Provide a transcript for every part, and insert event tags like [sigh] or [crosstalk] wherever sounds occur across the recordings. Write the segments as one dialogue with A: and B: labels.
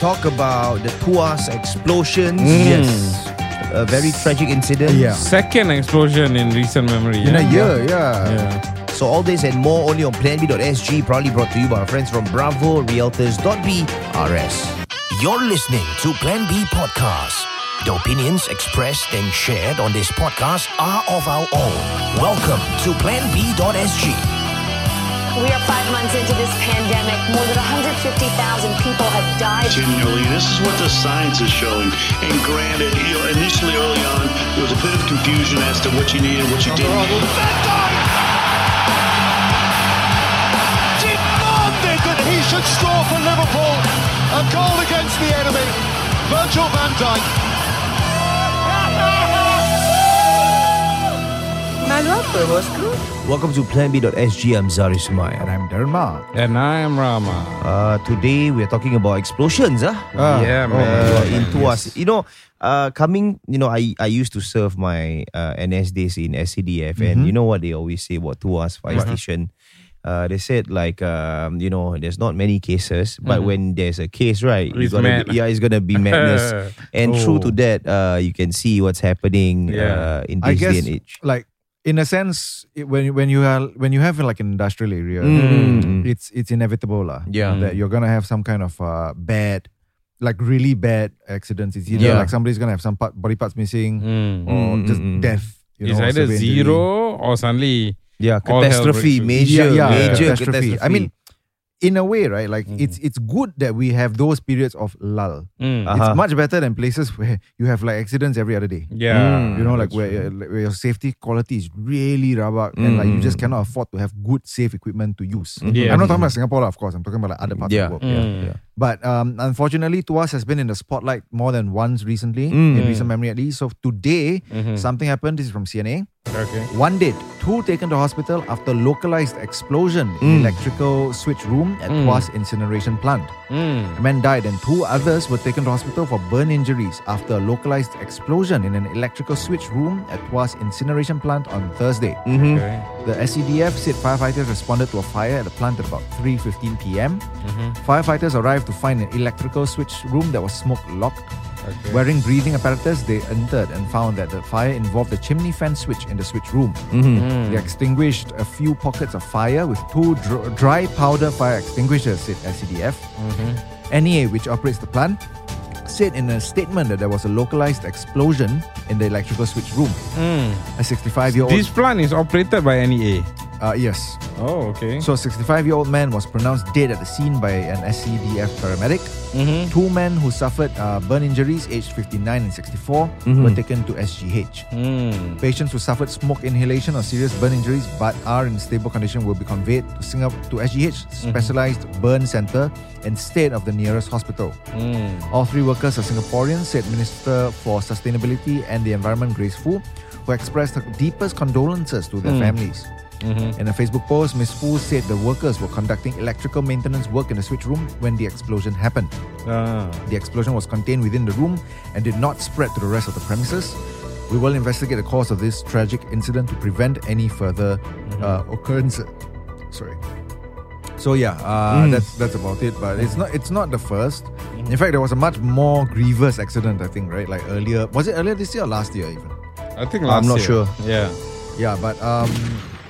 A: talk about the Tuas explosions.
B: Mm. Yes.
A: A very tragic incident.
B: Yeah.
C: Second explosion in recent memory.
B: In a
C: yeah?
B: year, yeah.
C: Yeah.
A: So all this and more only on planb.sg, proudly brought to you by our friends from Bravo Realtors.brs.
D: You're listening to Plan B Podcast. The opinions expressed and shared on this podcast are of our own. Welcome to PlanB.sg.
E: We are five months into this pandemic. More than 150,000 people have died.
F: continually. This is what the science is showing. And granted, you know, initially early on, there was a bit of confusion as to what you needed, what you didn't. need.
G: demanded that he should score for Liverpool. A goal against the enemy. Virgil van Dijk.
A: Welcome to planb.sg. I'm Zari Smaya.
B: And I'm Dharma.
C: And I am Rama.
A: Uh, today we are talking about explosions, huh?
B: Ah,
C: yeah, man.
A: Uh, in
C: Yes.
A: Tuas. You know, uh, coming, you know, I, I used to serve my uh, NS days in SCDF,
C: Mm-hmm.
A: and you know what they always say about Tuas fire station? Uh, they said like um, you know there's not many cases, but when there's a case, right?
C: Mm-hmm. It's
A: gonna
C: mad.
A: Be, yeah, it's gonna
C: [laughs]
A: be madness. and true to
C: Oh.
A: that, uh, you can see what's happening
C: Yeah.
A: uh, in
B: I
A: this
B: guess
A: day and age.
B: like in a sense it, when when you are when you have like an industrial area,
A: Mm.
B: it's it's inevitable lah.
A: Yeah.
C: Mm.
B: that you're gonna have some kind of uh, bad, like really bad accidents. It's either
A: Yeah.
B: like somebody's gonna have some part, body parts missing
C: Mm.
B: or
A: Mm,
B: just
A: mm, mm.
B: death. You
C: It's
B: know,
C: either
B: severe injury.
C: zero or suddenly.
A: Yeah,
C: All hell
A: catastrophe,
C: breaks loose.
A: major,
B: yeah, yeah,
A: major
B: catastrophe. I mean, in a way, right? Like it's it's good that we have those periods of lull.
C: Mm.
A: Uh-huh.
B: It's much better than places where you have like accidents every other day.
C: Yeah.
B: You know, like where, uh, like where your safety quality is really rabak and like you just cannot afford to have good safe equipment to use.
C: Yeah.
B: I'm not talking about Singapore, lah, of course. I'm talking about like other parts
A: Yeah.
B: of the world.
C: Mm.
B: But um, unfortunately, Tuas has been in the spotlight more than once recently,
C: Mm.
B: in recent memory at least. So today, something happened. This is from CNA.
C: Mm-hmm. Okay.
B: One dead, two taken to hospital after localized explosion in electrical switch room at Tuas incineration plant.
C: Mm.
B: A man died and two others were taken to hospital for burn injuries after a localized explosion in an electrical switch room at Tuas incineration plant on Thursday.
C: Mm. Okay.
B: The SCDF said firefighters responded to a fire at the plant at about 3:15 p.m. Firefighters arrived to find an electrical switch room that was smoke locked. Wearing breathing apparatus, they entered and found that the fire involved a chimney fan switch in the switch room. They extinguished a few pockets of fire with two dr- dry powder fire extinguishers, said E SCDF. NEA, E which operates the plant, said in a statement that there was a localized explosion in the electrical switch room. A 65-year-old,
C: This plant is operated by E NEA.
B: uh, yes,
C: Oh, okay.
B: so, a 65 year old man was pronounced dead at the scene by an SCDF paramedic. Two men who suffered uh, burn injuries, aged 59 and 64, were taken to SGH.
C: Mm.
B: Patients who suffered smoke inhalation or serious burn injuries but are in stable condition will be conveyed to Singapore to SGH specialized burn center instead of the nearest hospital. All three workers are Singaporeans, said Minister for Sustainability and the Environment Grace Fu, who expressed her deepest condolences to their families. In a Facebook post, Ms. Fu said the workers were conducting electrical maintenance work in the switch room when the explosion happened.
C: Ah.
B: The explosion was contained within the room and did not spread to the rest of the premises. We will investigate the cause of this tragic incident to prevent any further uh, occurrence. Sorry. So yeah, uh, that's that's about it. But it's not it's not the first. In fact, there was a much more grievous accident, I think, right? Like earlier, was it earlier this year or last year even?
C: I think last
A: not
C: year.
A: sure.
C: Yeah.
B: Yeah, but um,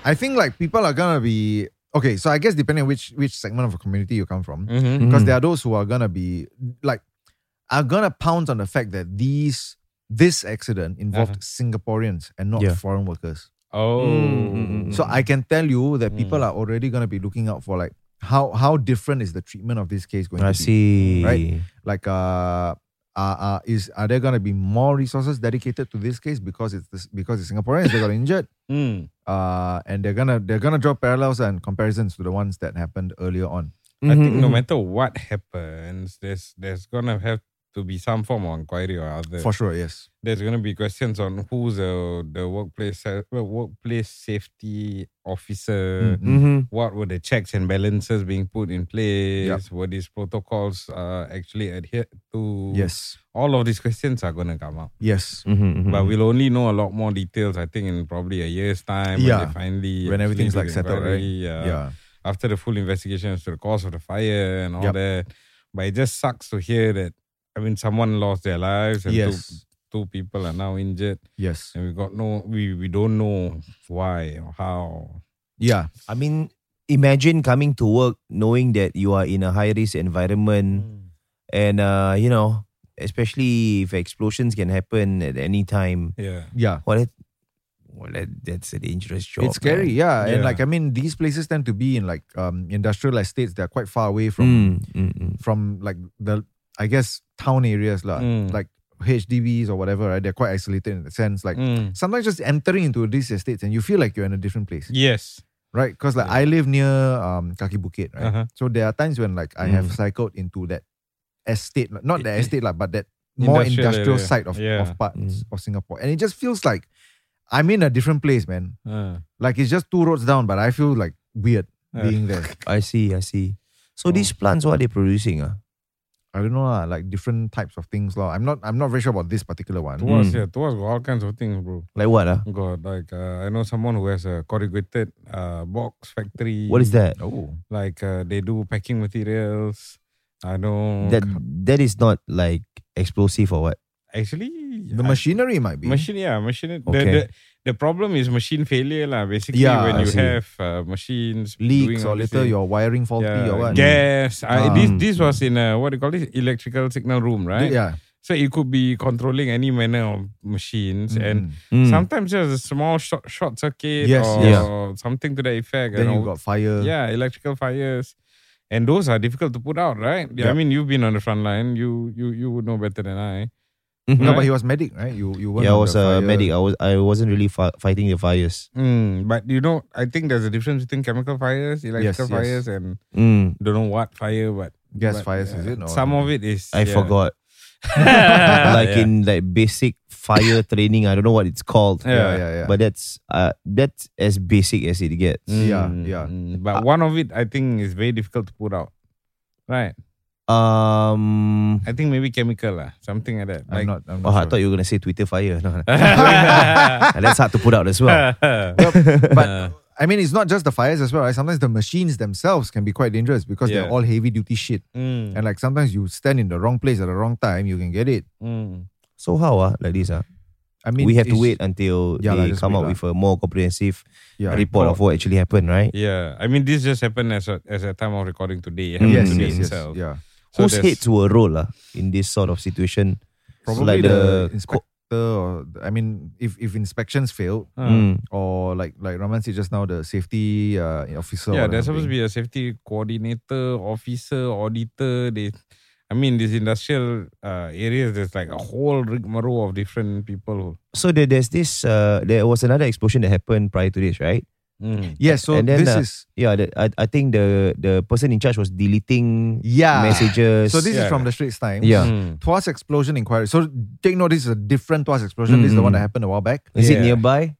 B: I think like people are gonna be okay. So I guess depending on which which segment of a community you come from, because
A: Mm-hmm.
C: Mhm.
B: there are those who are gonna be like are gonna pounce on the fact that these this accident involved Singaporeans and not
A: Yeah.
B: foreign workers.
C: Oh.
B: So I can tell you that people are already gonna be looking out for like how how different is the treatment of this
C: Mm.
B: case going
A: I
B: to be?
A: see.
B: Right. Like uh. Uh, uh, is are there gonna be more resources dedicated to this case because it's this, because it's Singaporeans they got injured?
C: Mm.
B: uh, and they're gonna they're gonna draw parallels and comparisons to the ones that happened earlier on.
C: I think no matter what happens, there's there's gonna have to be some form of inquiry or other.
B: For sure, yes.
C: there's gonna be questions on who's the the workplace sa- well, workplace safety officer.
A: Mm-hmm.
C: What were the checks and balances being put in place? Were these protocols uh, actually adhered to?
B: Yes.
C: All of these questions are gonna come up,
B: Yes.
A: Mm-hmm.
C: but we'll only know a lot more details. I think in probably a year's time. When they
B: Yeah.
C: finally actually
B: When everything's
C: do
B: like
C: the
B: settled, right?
C: inquiry,
B: Yeah.
C: After the full investigation as to the cause of the fire and all
B: Yup.
C: that. But it just sucks to hear that. I mean, someone lost their lives, and
B: Yes.
C: two, two people are now injured,
B: Yes.
C: and we got no, we we don't know why or how.
B: Yeah.
A: I mean, imagine coming to work knowing that you are in a high risk environment
B: Mm.
A: and, uh, you know, especially if explosions can happen at any time.
C: Yeah,
B: Yeah.
A: Well, that, well that, that's a dangerous job.
B: It's scary,
A: man.
B: yeah. And
C: Yeah.
B: like I mean, these places tend to be in like um industrial estates that are quite far away from
A: Mm, mm, mm.
B: from like the I guess town areas lah,
C: Mm.
B: like HDBs or whatever. Right? They're quite isolated in the sense like.
C: Mm.
B: Sometimes just entering into these estates and you feel like you're in a different place,
C: yes,
B: right? Because like I live near um Kaki Bukit, right?
C: Uh-huh. Mm.
B: So there are times when like I have cycled into that estate, not the estate like, but that more
C: Industrial
B: industrial
C: area.
B: side of,
C: Yeah. Mm.
B: of parts of Singapore, and it just feels like I'm in a different place, man.
C: Uh,
B: Like it's just two roads down, but I feel like weird
C: Uh.
B: being there.
A: I see, I see. So these
B: Oh.
A: plants, what are they producing? Ah,
B: I don't know, lah, like different types of things. Lah. I'm not I'm not very sure about this particular one.
C: towards
A: Mm.
C: yeah, towards got all kinds of things, bro.
A: Like what? Ah,
C: God, like uh, I know someone who has a corrugated uh, box factory.
A: What is that?
B: Oh.
C: Like uh, they do packing materials. I know
A: That That is not like explosive or what?
C: actually
B: The
C: I-
B: machinery might be.
C: Machine, yeah, machine. The,
A: Okay.
C: the, the problem is machine failure, lah. Basically,
B: Yeah,
C: when
B: I
C: you
A: see.
C: have uh, machines doing
B: Leaks or
C: all these
B: later
C: things.
B: your wiring faulty
C: yeah,
B: or what. Um,
C: gas. I, this
A: Ah.
C: this was in a what do you call this electrical signal room, right?
B: Yeah.
C: So it could be controlling any manner of machines, and
B: Mm.
A: Mm.
C: sometimes there's a small short, short circuit
B: Yes,
C: or,
A: yes.
C: or something to that effect.
B: then
C: and
B: you
C: all-
B: got fire.
C: yeah, electrical fires. And those are difficult to put out, right? Yeah, I
B: Yep.
C: mean, you've been on the front line. You you you would know better than I.
B: Mm-hmm.
A: Mhm.
B: No, but he was medic, right? You you weren't
A: yeah, I
B: on
A: was
B: the
A: a
B: fire.
A: medic. I was I wasn't really fi- fighting the fires.
C: Mm, but you know, I think there's a difference between chemical fires, electrical
B: yes.
C: fires, and
A: Mm,
C: don't know what fire, but
B: Gas
C: but,
B: fires, is
C: yeah,
B: it? Or-
C: Some of it is.
A: I
C: yeah.
A: forgot. [laughs] like in like basic fire training. I don't know what it's called.
C: Yeah,
B: yeah, yeah.
A: But that's uh that's as basic as it gets.
B: Yeah,
C: Mm,
B: yeah.
C: mm, But one of it, I think, is very difficult to put out. Right.
A: Um.
C: I think maybe chemical, lah, something like that.
B: I'm
C: like,
B: not I'm
A: Oh,
B: not
A: I
B: sure.
A: thought you were gonna say Twitter fire. [laughs] No, no. that's hard to put out as well.
C: [laughs]
B: but I mean it's not just the fires as well, right? Sometimes the machines themselves can be quite dangerous because they're
C: Yeah.
B: all heavy duty shit.
C: Mm,
B: And like sometimes you stand in the wrong place at the wrong time, you can get it.
C: mm.
A: So how ah like this ah?
B: I mean
A: we have to
B: it's-
A: wait until
B: Yeah, lah,
A: they
B: just
A: come
B: wait
A: out
B: lah.
A: with a more comprehensive
B: Yeah.
A: report of what actually happened, right?
C: [laughs] Yeah. I mean, this just happened as a, as a time of recording today. It
A: mm,
C: happened
B: Mm, Yes,
C: today
B: yes, yes.
C: itself.
B: Yeah.
C: So
A: Whose
C: there's-
A: heads were rolled ah in this sort of situation? like
B: Probably the,
A: the,
B: inspector
A: co-
B: or I mean, if if inspections fail
C: Uh,
A: Mm.
B: or like like Raman said just now, the safety uh, officer.
C: yeah, there's supposed to be a safety coordinator, officer, auditor. They, I mean, these industrial uh, areas, there's like a whole rigmarole of different people.
A: so there, there's this uh, there was another explosion that happened prior to this right
C: Who, Mm.
B: Yeah, so
A: And then,
B: this
A: uh,
B: is
A: yeah the, I, I think the the person in charge was deleting
B: yeah.
A: messages
B: So this is
C: Yeah.
B: from the Straits Times.
A: Yeah.
C: Mm.
B: Tuas explosion inquiry. So take note, this is a different Tuas explosion. This is the one that
A: Mm.
B: happened a while back.
A: is it
C: Yeah.
A: nearby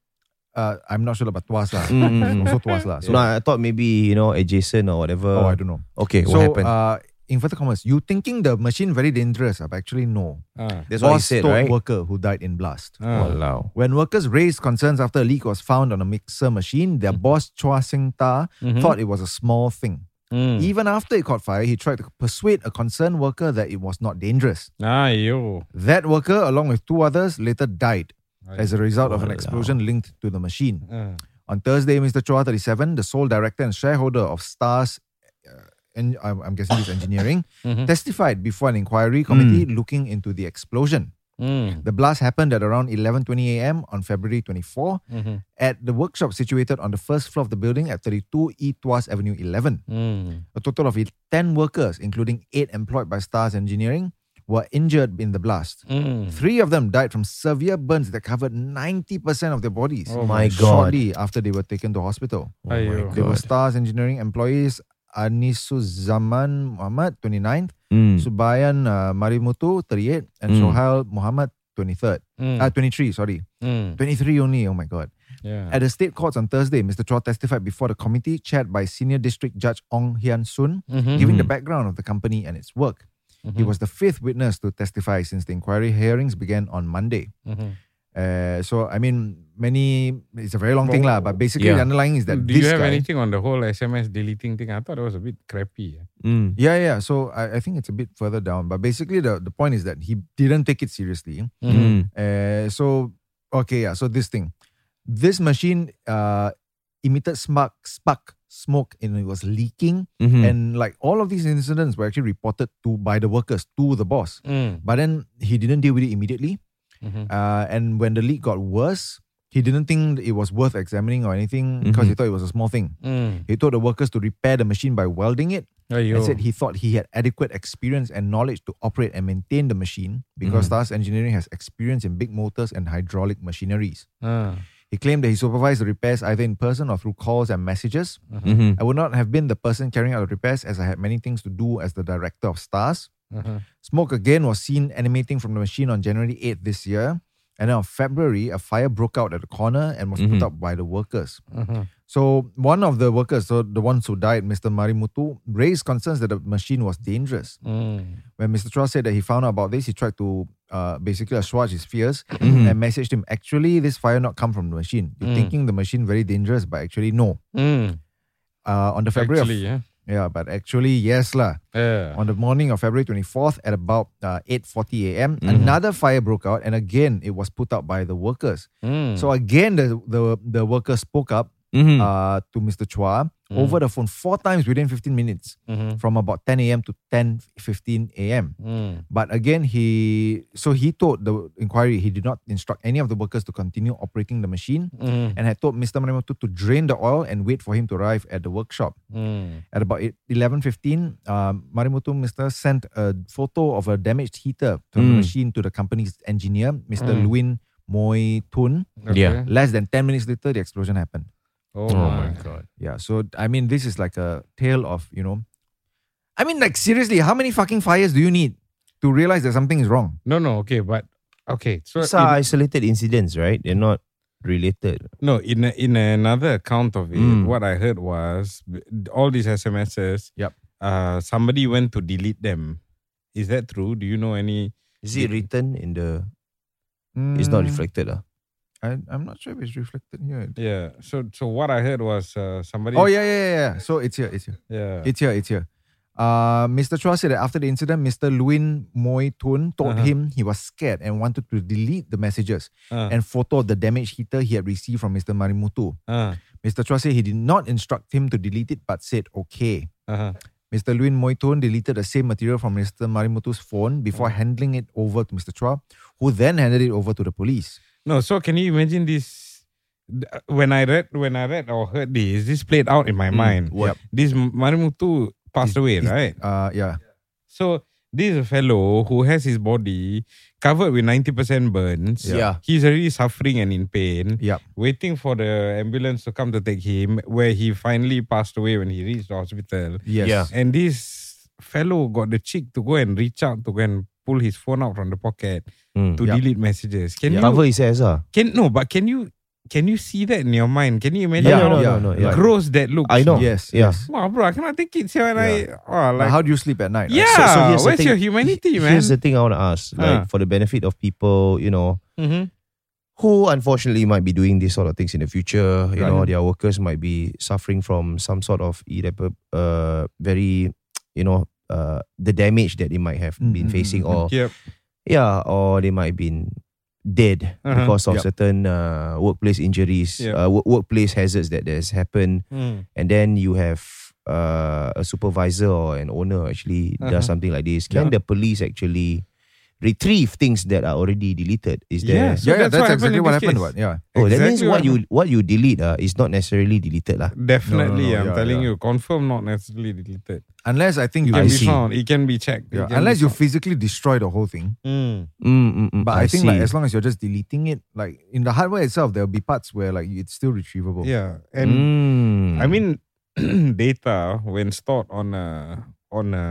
B: Uh, I'm not sure about Tuas lah.
A: Mm.
B: also Tuas lah.
A: so [laughs]
B: So
A: no, I thought maybe you know adjacent or whatever
B: oh, I don't know.
A: okay
B: so
A: what happened
B: uh, inverted commas, you thinking the machine very dangerous? uh, but actually no.
C: Ah.
A: that's what he
B: Was
A: said
B: told
A: right
B: worker who died in blast.
C: Ah.
A: Walao.
B: When workers raised concerns after a leak was found on a mixer machine, their
A: Mm-hmm.
B: boss Chua Sing Ta thought it was a small thing.
C: Mm.
B: Even after it caught fire, he tried to persuade a concerned worker that it was not dangerous.
C: Ah, yo.
B: That worker, along with two others, later died
C: Right.
B: as a result of an
A: Walao.
B: explosion linked to the machine.
C: Ah.
B: On Thursday, Mr. Chua, 37, the sole director and shareholder of Stars, uh, en- I'm, I'm guessing it's engineering, testified before an inquiry committee looking into the explosion.
C: Mm.
B: The blast happened at around 11:20 a.m. on February 24
C: mm-hmm,
B: at the workshop situated on the first floor of the building at 32 E Tuas Avenue 11.
C: Mm.
B: A total of 10 workers, including eight employed by Stars Engineering, were injured in the blast.
C: Mm.
B: Three of them died from severe burns that covered 90% of their bodies.
C: Oh
A: my God. Oh
B: Shortly after they were taken to hospital.
C: Ah, yo.
B: They were Stars Engineering employees Anisuzaman Muhammad, 29th,
A: Mm.
B: Subayan uh, Marimutu, 38, and
A: Mm.
B: Sohail Muhammad, 23rd.
C: Mm.
B: Uh, 23, sorry.
C: Mm.
B: 23 only, oh my God.
C: Yeah.
B: At the state courts on Thursday, Mr. Chua testified before the committee chaired by Senior District Judge Ong Hian Soon,
C: Hmm. Mm-hmm,
B: giving the background of the company and its
C: mm-hmm.
B: work. He was the fifth witness to testify since the inquiry hearings began on Monday. Uh, so I mean, many it's a very long thing lah. But basically,
C: Yeah.
B: the underlying is that
C: Mm. Do
B: this
C: you have
B: guy,
C: anything on the whole SMS deleting thing? I thought it was a bit crappy.
A: Mm.
B: Yeah, yeah. So I, I think it's a bit further down. But basically, the, the point is that he didn't take it seriously.
A: Mm.
B: Uh, so, okay, yeah. So this thing. This machine uh, emitted spark, spark smoke and it was leaking.
A: Mhm.
B: And like all of these incidents were actually reported to by the workers to the boss.
C: Mm.
B: But then he didn't deal with it immediately.
C: Mhm.
B: Uh, and when the leak got worse, he didn't think it was worth examining or anything because he thought it was a small thing.
C: Mm.
B: He told the workers to repair the machine by welding it
C: Aiyo.
B: and said he thought he had adequate experience and knowledge to operate and maintain the machine because Stars Engineering has experience in big motors and hydraulic machineries.
C: Ah.
B: He claimed that he supervised the repairs either in person or through calls and messages. I would not have been the person carrying out the repairs as I had many things to do as the director of Stars.
C: Uh-huh.
B: Smoke again was seen animating from the machine on January 8th this year. And then on February, a fire broke out at the corner and was put out by the workers.
C: uh-huh.
B: So one of the workers, so the ones who died, Mr. Marimutu, raised concerns that the machine was dangerous.
C: Mm.
B: When Mr. Chua said that he found out about this, he tried to uh, basically assuage his fears
C: Mm-hmm.
B: and messaged him, actually, this fire not come from the machine. You're thinking the machine very dangerous, but actually, no.
C: Mm.
B: Uh, on the February of-
C: Actually, yeah.
B: yeah, but actually, yes lah.
C: Yeah.
B: On the morning of February 24th at about uh, 8.40 a.m.,
C: Mm-hmm.
B: another fire broke out and again, it was put out by the workers.
C: Mm. Mm-hmm.
B: So again, the, the, the workers spoke up
A: Mhm.
B: uh, to Mr. Chua
C: Mm.
B: over the phone four times within 15 minutes
C: Mhm.
B: from about 10 a.m. to 10.15 a.m.
C: Mm.
B: But again, he so he told the inquiry he did not instruct any of the workers to continue operating the machine
C: Mm.
B: and had told Mr. Marimoto to drain the oil and wait for him to arrive at the workshop.
C: Mm.
B: At about 11.15, um, Marimoto Mr. sent a photo of a damaged heater from the
A: Mm.
B: machine to the company's engineer, Mr. Luin Moy Tun.
C: Okay.
A: Yeah.
B: Less than 10 minutes later, the explosion happened.
C: Oh,
A: Oh my
C: my.
A: god.
B: Yeah, so I mean, this is like a tale of you know, I mean, like seriously, how many fucking fires do you need to realize that something is wrong?
C: No, no. Okay, but okay. So
A: These are isolated incidents, right? They're not related.
C: No, in a, in another account of it,
A: Mm.
C: what I heard was b- all these SMSs.
B: Yup.
C: Uh, somebody went to delete them. Is that true? Do you know any?
A: Is it written in the? It's
B: Mm.
A: not reflected, ah.
B: I, I'm not sure if it's reflected here.
C: Yeah. So so what I heard was uh, somebody.
B: Oh yeah, yeah, yeah, yeah. So it's here, it's here,
C: Yeah.
B: it's here, it's here. Uh, Mr. Chua said that after the incident, Mr. Luin Moy Tun told
C: Uh-huh.
B: him he was scared and wanted to delete the messages
C: Uh,
B: and photo of the damaged heater he had received from Mr. Marimutu.
C: uh,
B: Mr. Chua said he did not instruct him to delete it, but said okay.
C: uh-huh.
B: Mr. Luin Moiton deleted the same material from Mr. Marimutu's phone before handling it over to Mr. Chua, who then handed it over to the police.
C: No. So can you imagine this? Th- When I read when I read or heard this, this played out in my mind.
B: what?
C: This Marimutu passed away,
B: He's-
C: right?
B: Uh, yeah.
C: So this fellow who has his body covered with ninety percent burns.
A: Yeah.
C: He's already suffering and in pain.
B: Yep.
C: Waiting for the ambulance to come to take him, where he finally passed away when he reached the hospital.
B: Yes.
A: Yeah.
C: And this fellow got the cheek to go and reach out to go and pull his phone out from the pocket
A: Mm.
C: to
B: Yup.
C: delete messages. Can you
A: Cover his ass, ah.
C: can no, but can you can you see that in your mind? Can you imagine
B: Yeah,
A: no,
C: how
A: no,
B: yeah,
A: no, no, yeah.
C: gross that looks?
A: I know.
B: Yes.
A: Yeah.
B: Yes.
C: Wow, bro, I cannot take it. See, when
B: Yeah.
C: I, oh,
B: But
C: like,
B: how do you sleep at night? right?
C: yeah,
A: So- so here's the
C: where's
A: thing.
C: your humanity, man?
A: Here's the thing I want to ask, like
C: Ah.
A: for the benefit of people, you know,
C: mm-hmm.
A: who unfortunately might be doing these sort of things in the future. You
C: Right.
A: know, their workers might be suffering from some sort of irrepa- uh, very, you know, uh, the damage that they might have
B: Mm,
A: been
B: mm,
A: facing,
B: mm, mm.
A: or
C: Yep.
A: yeah, or they might have been dead
C: Uh-huh.
A: because of
B: Yep.
A: certain uh, workplace injuries,
C: Yep.
A: uh, wo- workplace hazards that has happened,
C: Mm.
A: and then you have. Uh, a supervisor or an owner actually does
C: Uh-huh.
A: something like this. Can the police actually retrieve things that are already deleted? Is there
C: Yes. So that's what
B: yeah, yeah, that's,
C: happened in
B: exactly what
C: this
B: happened.
C: case.
B: What? Yeah.
A: Oh, that means
C: Exactly
A: what
C: what
A: you what you delete uh, is not necessarily deleted lah.
C: Definitely,
B: No, no, no,
C: I'm
B: yeah,
C: telling
B: yeah.
C: you, confirm not necessarily deleted.
B: Unless I
C: It
B: think you.
A: I
C: can be
A: see.
C: found. It can be checked. It
B: Yeah.
C: can
B: Unless
C: be
B: you physically destroy the whole thing.
C: found.
A: Mm, mm, mm.
B: But I, think
A: see.
B: like as long as you're just deleting it, like in the hardware itself, there'll be parts where like it's still retrievable.
C: Mm. Yeah, and
B: Hmm.
A: Mm.
C: I mean, [clears throat] data when stored on a on a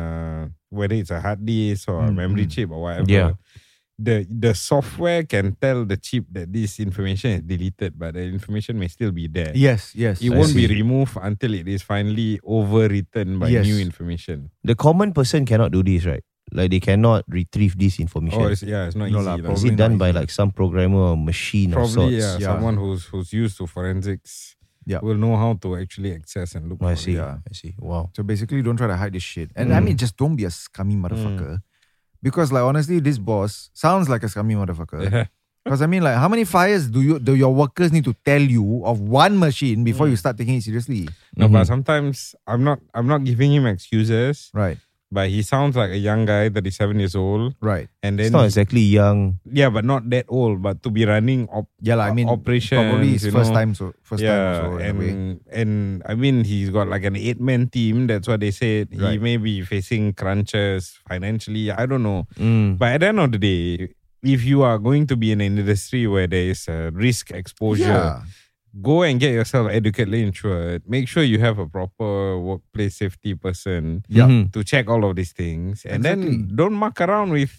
C: whether it's a hard disk or a
B: Mm,
C: memory
B: mm.
C: chip or whatever.
A: Yeah.
C: The, the software can tell the chip that this information is deleted, but the information may still be there.
B: Yes. Yes.
A: I
C: It won't be
A: see.
C: removed until it is finally overwritten by
B: Yes.
C: new information.
A: the common person cannot do this, right? Like they cannot retrieve this information.
C: Oh, it's, yeah, it's not easy.
B: No
C: lah.
B: lah,
A: Is
B: probably
A: it done
B: not
A: by
B: easy.
A: like some programmer or machine of
C: probably yeah,
A: sorts?
B: yeah.
C: someone who's who's used to forensics
B: Yeah.
C: will know how to actually access and look
A: Oh, I
C: for
A: see.
C: it.
B: [laughs] Yeah.
A: I see. Wow.
B: So basically, don't try to hide this shit. And I
C: Mm.
B: mean, just don't be a scummy motherfucker. Because like honestly, this boss sounds like a scummy [laughs] motherfucker. Because I mean, like, how many fires do you do your workers need to tell you of one
C: Mm.
B: machine before you start taking it seriously?
C: No, but
B: Mm-hmm.
C: sometimes I'm not I'm not giving him excuses,
B: Right,
C: but he sounds like a young guy, 37 years old,
B: right.
C: and
A: It's
C: then
A: not exactly young.
C: yeah, but not that old, but to be running op-
B: Yeah, like, I mean,
C: operation
B: probably his first
C: know.
B: time. So first
C: yeah,
B: time. So in a way.
C: and and I mean he's got like an eight man team. That's what they said. He
B: Right.
C: may be facing crunches financially. I don't know.
A: Mm.
C: But at the end of the day, if you are going to be in an industry where there is a risk exposure,
B: Yeah,
C: go and get yourself adequately insured. Make sure you have a proper workplace safety person
B: yeah.
A: Mhm.
C: to check all of these things, and then
B: Exactly.
C: don't muck around with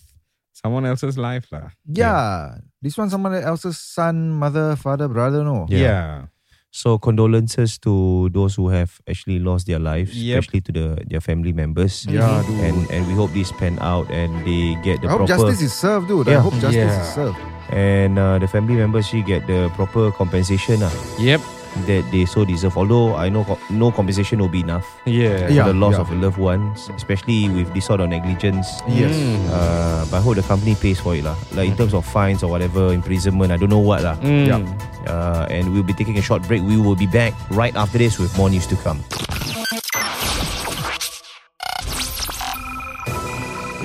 C: someone else's life, lah.
B: yeah. This one, someone else's son, mother, father, brother. No.
A: Yeah.
C: yeah.
A: So condolences to those who have actually lost their lives,
C: Yep.
A: especially to the their family members.
B: Mm-hmm. Yeah, dude.
A: And and we hope this pan out and they get the
B: I hope
A: proper
B: justice is served, dude. I
A: Yeah.
B: hope justice
C: Yeah.
B: is served.
A: and uh, the family members she get the proper compensation ah,
C: Yep.
A: that they so deserve. Although I know co- no compensation will be enough
C: Yeah.
B: Yeah.
A: for the loss
B: yeah.
A: of loved ones, especially with this sort of negligence.
B: Yes.
C: Mm.
A: Uh, but I hope the company pays for it lah. Like in terms of fines or whatever, imprisonment, I don't know what lah.
C: Mm.
B: Yeah.
A: Uh, and we'll be taking a short break. We will be back right after this with more news to come.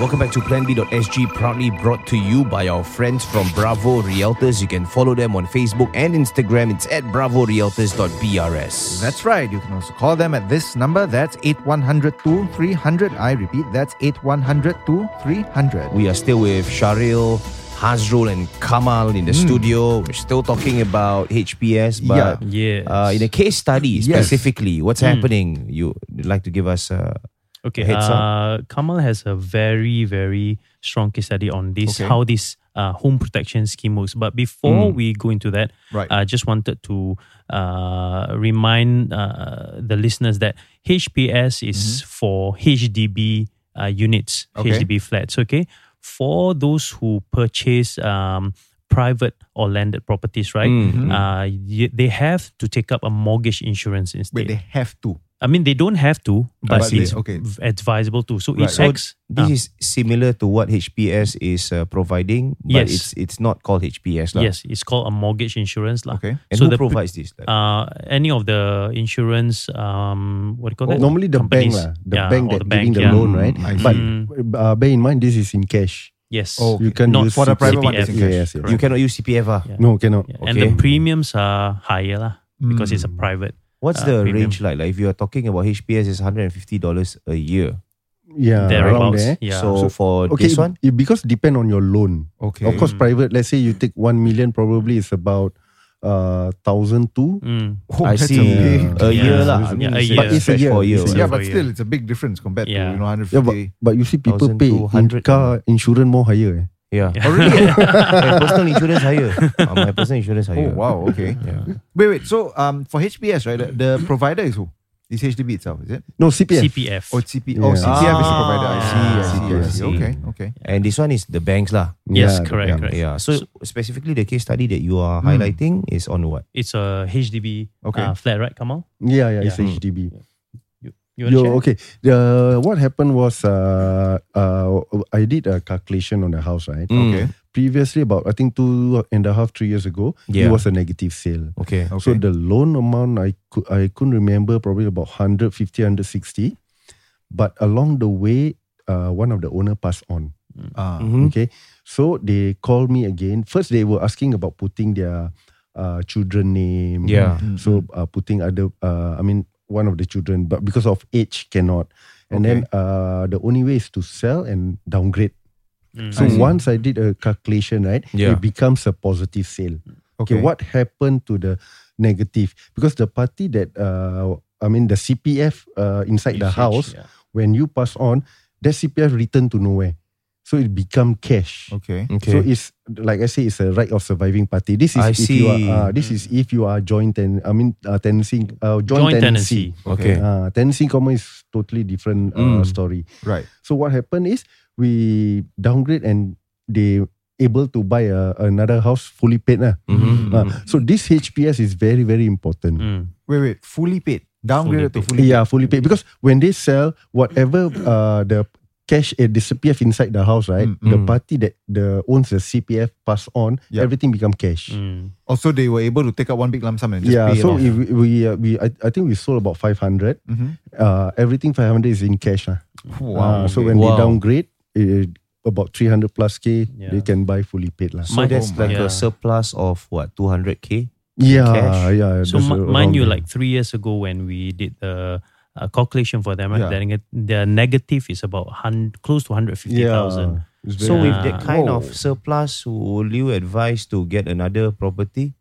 A: Welcome back to PlanB.sg, proudly brought to you by our friends from Bravo Realtors. You can follow them on Facebook and Instagram. It's at bravorealtors.brs.
B: That's right. You can also call them at this number. That's 8100 300. I repeat, that's 8100 300.
A: We are still with Sharil, Hazrul, and Kamal in the
B: Hmm.
A: studio. We're still talking about HPS, but
H: Yes.
A: uh, in a case study
B: Yes. Hmm.
A: specifically, what's happening? You would like to give us uh,
H: Okay.
A: heads
H: uh, Kamal has a very, very strong case study on this, how this uh, home protection scheme works. But before we go into that,
B: Mm. Right.
H: I just wanted to uh, remind uh, the listeners that HPS is for HDB uh, units,
B: Mm-hmm. Okay.
H: HDB flats. Okay. For those who purchase um, private or landed properties, right?
B: Mm-hmm.
H: Uh, y- they have to take up a mortgage insurance
B: Wait,
H: instead.
B: they have to.
H: I mean, they don't have to, but
B: But they-
H: it's
B: okay.
H: v- advisable to. So it's
A: So
H: X.
A: This
H: ah,
A: is similar to what HPS is uh, providing, but
H: Yes.
A: it's it's not called HPS. lah.
H: yes, it's called a mortgage insurance, lah.
B: Okay.
A: And
H: so
A: who
H: the pr-
A: provides this? Like,
H: uh, any of the insurance, um, what do you call that?
I: Normally the
H: Companies.
I: bank, lah, the
H: Yeah,
I: bank
H: or
I: that
H: the bank,
I: giving the
H: yeah. Mm,
I: loan, right? But uh, bear in mind, this is in cash.
H: Yes.
B: Oh,
I: You can
H: Not
I: use
H: for the private one,
I: CPF.
H: it's in cash.
I: Yes, yes.
A: you cannot use CPF. ah.
H: Yeah.
I: No, cannot.
H: Yeah, And the
A: Okay.
H: premiums are higher, lah, because it's a private.
A: What's
H: Uh,
A: the
H: premium.
A: range like? Like if you are talking about HPS, it's hundred and fifty dollars a year.
I: Yeah, around
H: thereabouts.
I: there.
H: Yeah.
A: So,
I: So,
A: for
I: Okay,
A: this one,
I: it- because depend on your loan.
B: Okay.
H: Mm.
I: Of course, private. Let's say you take one million, probably it's about uh thousand two.
H: Mm.
A: I
B: that's
A: see
B: a big
A: a year
H: Yeah.
A: lah. I
H: Yeah,
A: mean,
H: a
A: it's
H: year.
A: like
I: It's a
A: stretch
I: year.
A: for a year.
I: It's
B: [laughs]
I: a
B: Yeah,
A: right?
B: but
H: yeah.
B: still, it's a big difference compared to,
H: Yeah.
B: you know,
I: Yeah, but,
B: 150.
I: but you see people pay in
A: 1,200.
I: car insurance more higher. eh.
A: Yeah.
B: oh, really?
A: [laughs] my personal insurance higher. Uh, my personal insurance
B: oh,
A: higher.
B: wow. Okay.
A: Yeah.
B: Wait, wait. So um, for HPS, right, the, the provider is who? It's HDB itself, is it?
I: No CPF.
H: CPF.
B: Oh, it's CP. Oh,
I: Yeah. Ah.
B: CPF is the provider. I see. I see. I
A: Ah,
B: see.
A: I see.
B: Okay. Okay.
A: And this one is the banks lah.
H: yes,
I: Yeah,
H: correct,
I: yeah.
H: correct.
A: Yeah. So, specifically, the case study that you are
I: Hmm.
A: highlighting is on what?
H: It's a HDB
B: Okay.
H: uh, flat, right, Kamal?
I: Yeah, yeah, it's
H: Yeah.
I: HDB.
H: You want to
I: Yo,
H: share?
I: okay. The what happened was uh, uh, I did a calculation on the house, right?
H: Mm.
B: Okay.
I: Previously, about I think two and a half, three years ago,
A: Yeah.
I: it was a negative sale.
A: Okay.
I: So
B: Okay.
I: the loan amount I could I couldn't remember probably about 150, 160. But along the way, uh, one of the owner passed on.
B: Ah.
I: Okay. So they called me again. First, they were asking about putting their uh, children name.
A: Yeah.
I: So uh, putting other, uh, I mean, one of the children, but because of age, cannot. And then uh, the only way is to sell and downgrade. So once I did a calculation, right,
A: Yeah.
I: it becomes a positive sale. Okay.
B: Okay.
I: what happened to the negative? Because the party that, uh, I mean, the CPF uh, inside the
H: Usage,
I: house,
H: yeah.
I: when you pass on, that CPF returned to nowhere. So it become cash.
B: Okay.
A: Okay.
I: So it's like I say, it's a right of surviving party. This is
A: I
I: if
A: see.
I: you are uh, this is if you are joint and I mean uh, tenancy uh, joint,
H: Joint
I: tenancy.
H: tenancy.
A: okay.
I: Uh, tenancy common is totally different uh, story.
B: Right.
I: So what happened is we downgrade and they able to buy a, another house fully paid. lah. Ah, so this HPS is very, very important.
H: Mm.
B: Wait, wait. Fully paid. Downgraded to fully paid.
I: Yeah, fully paid. Because when they sell whatever uh, the cash at the CPF inside the house, right? The party that the owns the CPF pass on,
B: Yeah.
I: everything become cash.
H: Mm.
B: Also, Oh, they were able to take out one big lump sum and just
I: Yeah,
B: pay it
I: so
B: off.
I: if we, we, uh, we I, I think we sold about 500.
B: Mhm.
I: Uh, everything 500 is in cash. lah.
C: Wow.
I: Uh,
C: okay.
I: so when
A: Wow.
I: they downgrade, eh, about 300 plus K,
H: Yeah.
I: they can buy fully paid. lah.
A: So
H: My-
A: that's like a
H: yeah.
A: surplus of what 200k.
I: yeah,
A: cash.
I: yeah.
H: So
I: that's
H: mi-
I: around
H: mind you,
I: there.
H: like three years ago when we did the uh, calculation for them, right?
B: Yeah.
H: Their, neg- their negative is about hun- close to hundred fifty thousand.
I: It's
A: So
I: very-
A: with that
H: Yeah.
A: kind
C: Whoa.
A: of surplus, would you advise to get another property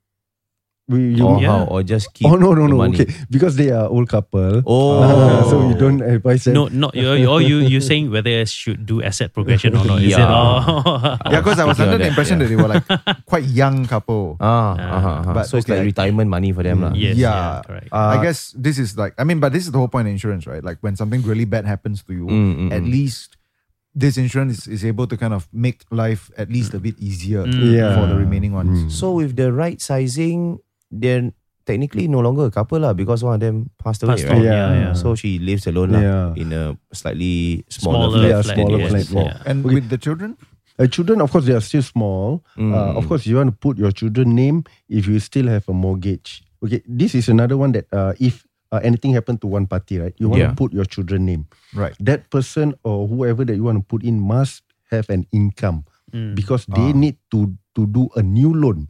I: we, you,
A: or
H: Yeah.
A: how, or just keep?
I: [laughs] Oh no no
A: the
I: no!
A: money?
I: Okay, because they are old couple.
A: Oh,
I: Ah, [laughs] so we don't advise them.
H: No, not you. Or you, you're saying whether I should do asset progression or not?
A: [laughs]
H: Is it?
A: Yeah.
H: [laughs] Oh.
B: yeah, because I was
A: Thinking
B: under
A: of that,
B: the impression
A: yeah.
B: that they were like quite young couple.
A: Ah, Mm, uh-huh, uh-huh.
B: but
A: so it's
B: okay,
A: like
B: I-
A: retirement money for them, lah.
H: yes,
B: yeah.
H: yeah, correct.
I: Uh, Ah,
B: I guess this is like I mean, but this is the whole point of insurance, right? Like when something really bad happens to you,
I: Mm-hmm.
A: Mm, mm,
B: at
A: mm.
B: least this insurance is able to kind of make life at least a bit easier
I: Yeah.
B: for the remaining ones.
A: So with the right sizing, then technically no longer a couple lah because one of them passed away,
H: Passed
A: right?
H: away, yeah,
I: Yeah. yeah.
A: So she lives alone lah
I: Yeah.
A: in a slightly smaller,
H: Smaller
A: flat,
I: flat,
A: than
I: smaller
A: it was
I: flat,
A: before.
H: yeah.
B: And with the children,
I: Uh, children, of course, they are still small.
B: Hmm.
I: Uh, of course, you want to put your children name if you still have a mortgage. Okay, this is another one that uh, if uh, anything happened to one party, right? You want
A: Yeah.
I: to put your children name.
B: right?
I: That person or whoever that you want to put in must have an income because they
B: Ah.
I: need to to do a new loan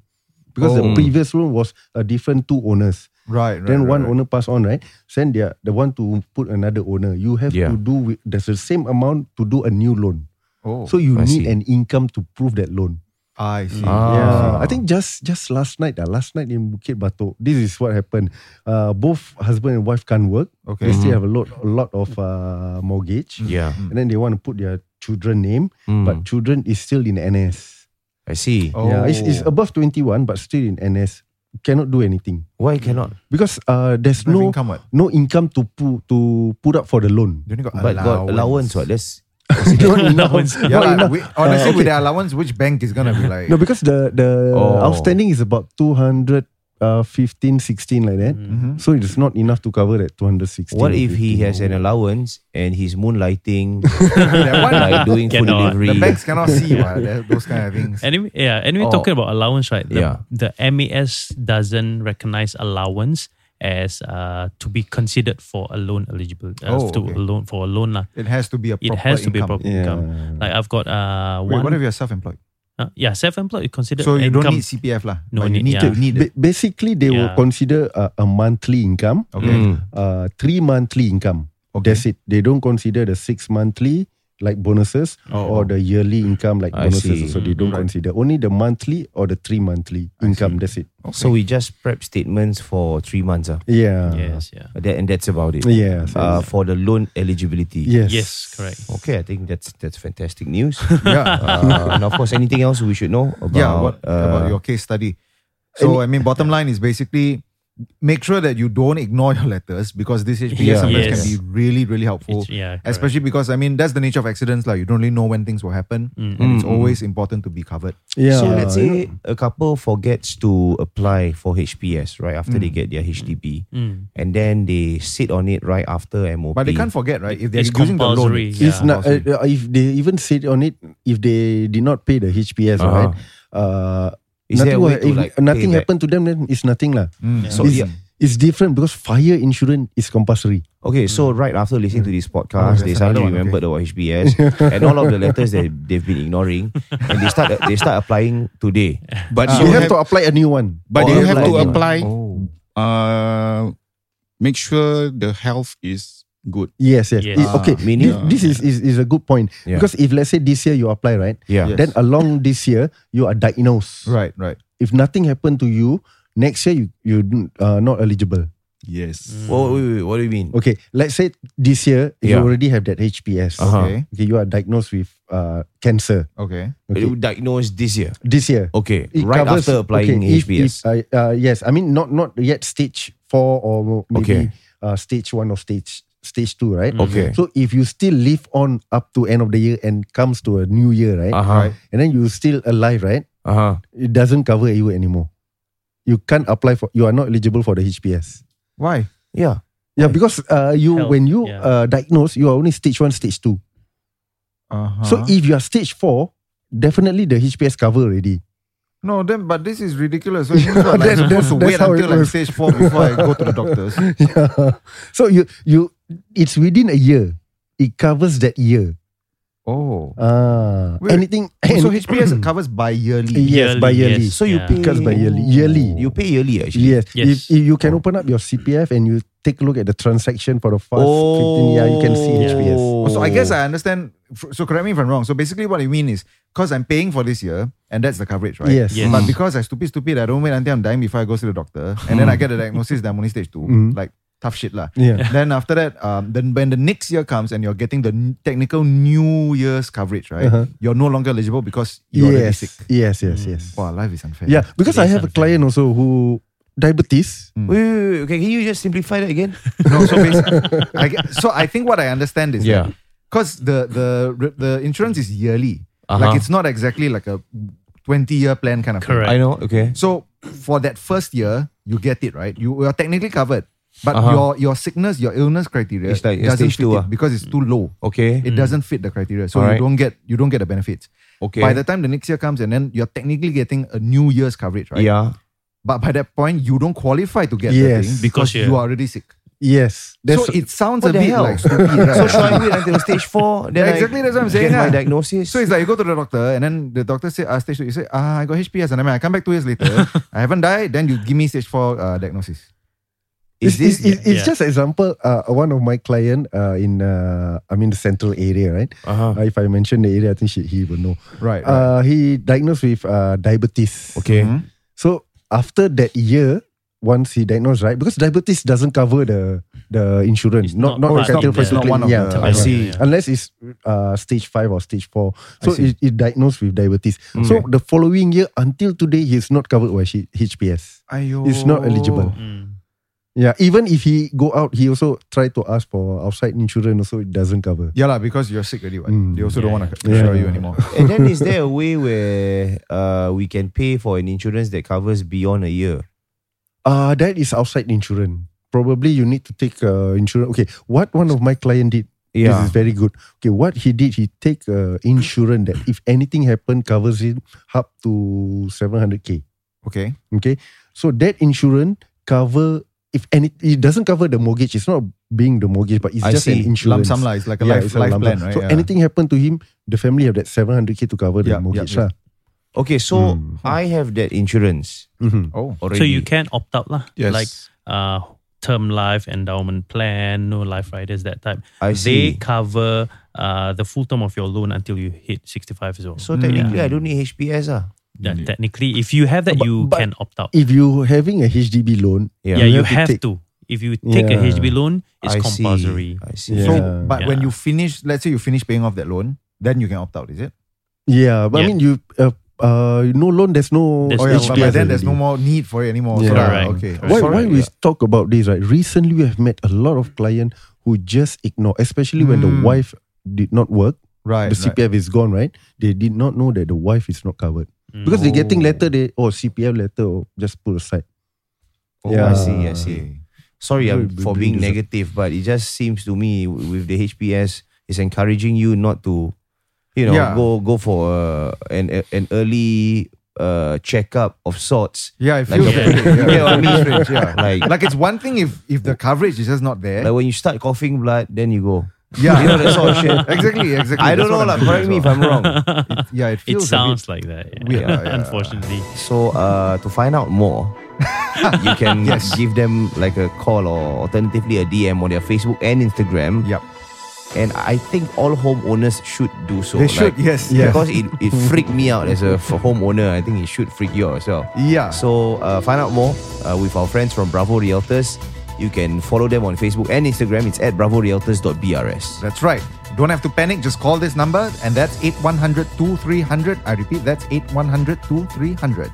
I: because the
B: Oh.
I: previous loan was a different two owners.
B: Right, right.
I: then
B: right,
I: one
B: right.
I: owner pass on, right? Then they are the one to put another owner. You have
A: Yeah.
I: to do with, there's the same amount to do a new loan.
B: Oh,
I: So you
A: I
I: need
A: see.
I: an income to prove that loan.
B: I see.
A: Ah.
I: Yeah, I think just just last night, uh, last night in Bukit Batok, this is what happened. Uh, both husband and wife can't work.
B: Okay.
I: They
A: Mm-hmm.
I: still have a lot a lot of uh, mortgage,
A: Yeah,
I: and then they want to put their children name,
A: Mm.
I: but children is still in NS.
A: I see.
B: Oh.
I: Yeah, it's, it's above twenty one, but still in NS. Cannot do anything
A: Why cannot?
I: because uh, there's
B: no
I: no
B: income. What?
I: no income to pu- to put up for the [laughs] loan.
B: You only got
A: But
B: allowance.
A: got allowance, what? That's
I: Not enough.
B: Yeah,
I: Not
B: lah,
I: enough.
B: we- honestly,
I: [laughs] Uh, okay.
B: with the allowance, which bank is gonna be like?
I: No, because the the
A: Oh.
I: outstanding is about 215, 16 like that.
B: Mm-hmm.
I: So it's not enough to cover that 216.
A: what
I: or
A: if he
I: 15.
A: has an allowance and he's moonlighting,
B: that one,
A: like doing food
H: Cannot.
A: delivery?
B: the banks cannot see what, that- those kind of things.
H: Anyway, yeah. Anyway,
A: Oh.
H: talking about allowance, right? The,
A: Yeah.
H: the MAS doesn't recognize allowance as uh, to be considered for a loan eligible uh,
B: Oh,
H: to
B: okay.
H: a loan for a loan lah.
B: It has to be a
H: It
B: proper
H: has to be
B: income.
H: proper
I: Yeah.
H: income. Like I've got uh
B: Wait,
H: one.
B: what if you're self-employed?
H: uh, yeah, self-employed is considered.
B: So you don't
H: income.
B: need CPF lah.
H: No
B: but you
H: need,
B: need to
H: yeah.
B: need it.
I: Ba- basically, they
H: Yeah.
I: will consider uh, a monthly income,
A: Mm.
B: Okay.
I: uh, three monthly income.
B: Okay.
I: That's it. They don't consider the six monthly like bonuses or the yearly income like
A: I see.
I: bonuses. So they don't consider only the monthly or the three monthly income. That's it.
A: So we just prep statements for three months, ah,
I: Yeah.
H: Yes. Yeah.
A: That- and that's about it.
I: Yeah. so
A: Uh,
I: it's-
A: for the loan eligibility.
I: yes.
H: Yes. Correct.
A: Okay, I think that's that's fantastic news.
B: Yeah.
A: uh, and of course, anything else we should know about?
B: yeah. What
A: uh,
B: about your case study? So I mean, bottom line is basically make sure that you don't ignore your letters because this HPS
A: Yeah.
B: sometimes
H: Yes.
B: can be really, really helpful.
H: It's- yeah. Correct.
B: Especially because I mean that's the nature of accidents, like you don't really know when things will happen,
H: Mm.
B: and it's always important to be covered.
I: Yeah.
A: So let's
I: you know,
A: say a couple forgets to apply for HPS right after they get their HDB,
H: Mm.
A: and then they sit on it right after MOP.
B: But they can't forget, right? If they're
H: It's
B: using the loan,
H: compulsory,
I: It's
H: Yeah.
I: not uh, uh, if they even said on it if they did not pay the HPS
A: Uh-huh.
I: right. Uh,
A: Is there a
I: nothing
A: way
I: wa-
A: to,
I: if
A: like,
I: nothing
A: pay back?
I: happened to them then it's nothing lah.
B: Mm.
A: So yeah.
I: it's, it's different because fire insurance is compulsory.
A: Okay, so right after listening to this
B: Oh,
A: podcast, they
B: there's
A: suddenly
B: another one,
A: remembered about HBS and all of the letters that they've been ignoring, and they start they start applying today.
J: But you
I: you have,
J: have,
I: to apply a new one.
J: but you
A: Oh,
J: have to
A: like-
J: apply.
B: Oh.
J: Uh, make sure the health is good.
I: Yes, yes.
H: Yes.
I: It- okay,
A: uh, meaning-
I: this, this is, is is a good point
A: Ah. Yeah.
I: because if let's say this year you apply right,
A: Yeah.
I: then along this year you are diagnosed.
B: uh, Right, right.
I: If nothing happened to you, next year you you uh, not eligible.
J: Yes.
A: Whoa, wait, wait, wait, what do you mean?
I: Okay, let's say this year you
A: Yeah.
I: already have that HPS.
A: Uh-huh.
B: Okay.
I: Okay, you are diagnosed with uh, cancer.
B: Okay.
A: They
I: Okay.
A: were diagnosed this year.
I: This year.
A: Okay,
I: It
A: right
I: covers-
A: after applying
I: okay, if-
A: HBS.
I: if, uh, uh, yes, I mean not not yet stage four or maybe uh, stage one or stage stage two, right?
A: Mm.
K: Okay.
I: So if you still live on up to end of the year and comes to a new year, right?
K: Uh-huh. Right.
I: And then you're still alive, right?
K: Uh-huh.
I: It doesn't cover you anymore. You can't apply for. You are not eligible for the HPS.
B: Why?
I: Yeah. Yeah, because uh, you when you uh, diagnose, you are only stage one, stage two.
B: Uh-huh.
I: So if you are stage four, definitely the HPS cover already. [laughs]
B: No, then but this is ridiculous. So you like,
I: That's-
B: supposed
I: that's-
B: to
I: that's
B: wait
I: how it
B: until like
I: works.
B: stage four before I go to the doctors.
I: yeah. So you you it's within a year. It covers that year.
B: Oh.
I: Ah.
B: Wait,
I: anything.
B: So
I: [clears throat]
B: HPS covers by yearly.
I: Yes, by yearly.
A: So you pay Oh.
I: because by yearly. Yearly.
A: You pay yearly actually.
I: Yes. If, if you can open up your CPF and you take a look at the transaction for the first 15 year, you can see HPS.
B: Oh, so I guess I understand. f- So correct me if I'm wrong. So basically, what you mean is because I'm paying for this year, and that's the coverage, right?
I: Yes. Yes.
B: But because I stupid stupid, I don't wait until I'm dying before I go see the doctor, and then I
I: [laughs]
B: get a diagnosis that I'm only stage two,
I: Mm.
B: like tough shit lah.
I: [laughs] Yeah.
B: Then after that, um, then when the next year comes and you're getting the n- technical New Year's coverage, right?
I: Uh-huh.
B: You're no longer eligible because you're already
I: Yes.
B: sick.
I: Yes. Yes. Yes.
A: Hmm.
B: Wow, life is unfair.
I: Yeah. Because I have a client also who diabetes.
A: Wait, wait, wait, wait. Okay, can you just simplify that [laughs] again?
B: No, so
I: [laughs]
B: basically, I, get- so I think what I understand is
K: Yeah.
B: because the the the insurance is yearly, like
A: Uh-huh.
B: it's not exactly like a twenty year plan kind of thing.
K: I
H: Correct.
K: know. Okay.
B: So for that first year, you get it right. You are technically covered, but
K: Uh-huh.
B: your your sickness, your illness criteria
A: It's like a
B: doesn't
A: stage
B: fit
A: two,
B: it
A: ah.
B: because it's too low.
K: Okay.
H: Mm.
B: It doesn't fit the criteria, so you
K: Alright.
B: don't get you don't get the benefits.
K: Okay.
B: By the time the next year comes, and then you're technically getting a New Year's coverage, right?
K: yeah.
B: But by that point, you don't qualify to get the
I: Yes.
B: thing
H: Because
B: you
H: you're-
B: are already sick.
I: Yes. That's
B: so it sounds
A: What
B: a
A: the
B: bit
A: hell?
B: like stupid,
A: [laughs]
B: right?
A: so should I wait until stage four? Then
B: Yeah, exactly,
A: I
B: that's what I'm saying,
A: Get my
B: ah.
A: diagnosis.
B: So it's like you go to the doctor and then the doctor say, ah, stage two. You say, ah, I got HPS. And then I come back two years [laughs] later. I haven't died. Then you give me stage four uh, diagnosis.
A: is
I: It's,
A: this?
I: it's, it's, it's
H: Yeah.
I: just an example. Uh, one of my client uh, in uh, I mean the central area, right?
K: Uh-huh.
I: Uh, if I mention the area, I think she, he will know.
B: Right.
I: Uh, he diagnosed with uh, diabetes.
K: Okay.
H: Mm-hmm.
I: So after that year, once he diagnosed, right? Because diabetes doesn't cover the the insurance,
H: It's not
I: not not,
H: part
I: the capital
H: of the-
I: first
H: It's not
I: claim.
B: one of
I: yeah,
B: the-
H: I see.
I: yeah. Unless it's uh, stage five or stage four, so
B: see.
I: it, it diagnosed with diabetes. So the following year until today, he's not covered by H- HPS. It's not eligible.
H: Mm.
I: Yeah, even if he go out, he also try to ask for outside insurance. Also, it doesn't cover.
B: Yeah, lah, because you're sick already. What?
I: Mm.
B: They also
H: Yeah,
B: don't want to
I: yeah.
B: insure you
I: Yeah.
B: anymore.
A: and then is there a way where uh, we can pay for an insurance that covers beyond a year?
I: Uh that is outside insurance. Probably you need to take uh, insurance. Okay, what one of my client did.
A: Yeah.
I: This is very good. Okay, what he did, he take uh, insurance that if anything happen covers him up to seven hundred k.
B: Okay.
I: Okay, so that insurance cover if any, it doesn't cover the mortgage. It's not being the mortgage, but it's
A: I
I: just
A: see.
B: Lump
I: an insurance.
B: sum lah. It's like a
I: Yeah,
B: life,
I: it's a
B: life
I: lump
B: plan,
I: sum.
B: right?
I: So
B: Yeah.
I: anything happen to him, the family have that seven hundred k to cover
B: Yeah,
I: the
B: yeah,
I: mortgage.
B: yeah.
I: lah.
A: Okay, so I have that insurance
I: Mhm.
B: Oh.
A: already.
H: So you can opt out lah.
J: Yes.
H: Like uh, term life, endowment plan, no life riders, that type.
A: I see.
H: They cover uh, the full term of your loan until you hit 65 years old.
A: So technically, I don't need HPS. Ah.
H: Yeah, technically, if you have that, you
I: but-
H: can opt out.
I: If you having a HDB loan,
A: Yeah.
H: yeah, you,
I: have
H: have
I: to take-
H: to. If you take a
I: Yeah.
H: HDB loan, it's
A: I see.
H: compulsory.
A: I see.
B: So,
I: Yeah.
B: but when
H: Yeah.
B: you finish, let's say you finish paying off that loan, then you can opt out, is it?
I: yeah, but I
H: Yeah.
I: mean you uh, uh no loan, there's no
H: There's
B: Oh, yeah,
H: no
I: HPS
B: but by then there's no
I: already.
B: more need for it anymore. So,
I: Yeah.
H: Correct.
B: ah, okay.
I: Why,
B: Sorry.
I: why we talk about this, right? Recently, we have met a lot of clients who just ignore, especially when the
B: Mm.
I: wife did not work,
B: Right.
I: the
B: right.
I: CPF is gone, right? They did not know that the wife is not covered because they're getting letter, they oh CPF letter, oh, just put aside.
A: Oh, I see. I see. Sorry I'm,
I: Sorry,
A: for
I: we- we
A: being
I: deserve-
A: negative, but it just seems to me w- with the HPS, it's encouraging you not to, you know,
B: Yeah.
A: go go for uh, an an early uh, checkup of sorts.
B: Yeah, it
A: Like
B: feels
A: a-
B: strange.
A: You get what I
B: it feels
A: [laughs] mean?
B: strange, yeah.
A: Like-
B: like it's one thing if if the coverage is just not there.
A: Like when you start coughing blood, then you go.
B: yeah,
A: You know that
B: [laughs]
A: sort of shit.
B: Exactly, exactly.
A: I don't know,
B: That's
A: like,
B: what
A: correct
B: I'm
A: me if I'm
B: feeling
A: wrong.
B: as well. yeah, [laughs] it
H: It
B: feels.
H: sounds like that. yeah.
B: weird, [laughs] yeah, yeah.
H: Unfortunately.
A: So uh, to find out
B: [laughs]
A: more, you can
B: Yes.
A: give them like a call or alternatively a DM on their Facebook and
B: A
A: Instagram.
B: bit, yep.
A: And I think all homeowners should do so.
B: They should, yes, yes.
A: Because it,
B: [laughs]
A: it freaked me out as a f- homeowner. I think it should freak you out as well.
B: Yeah.
A: So uh, find out more uh, with our friends from Bravo Realtors. You can follow them on Facebook and Instagram. It's at bravorealtors.brs.
B: That's right. Don't have to panic. Just call this number, and that's 8100 2300. I repeat, that's 8100 2300.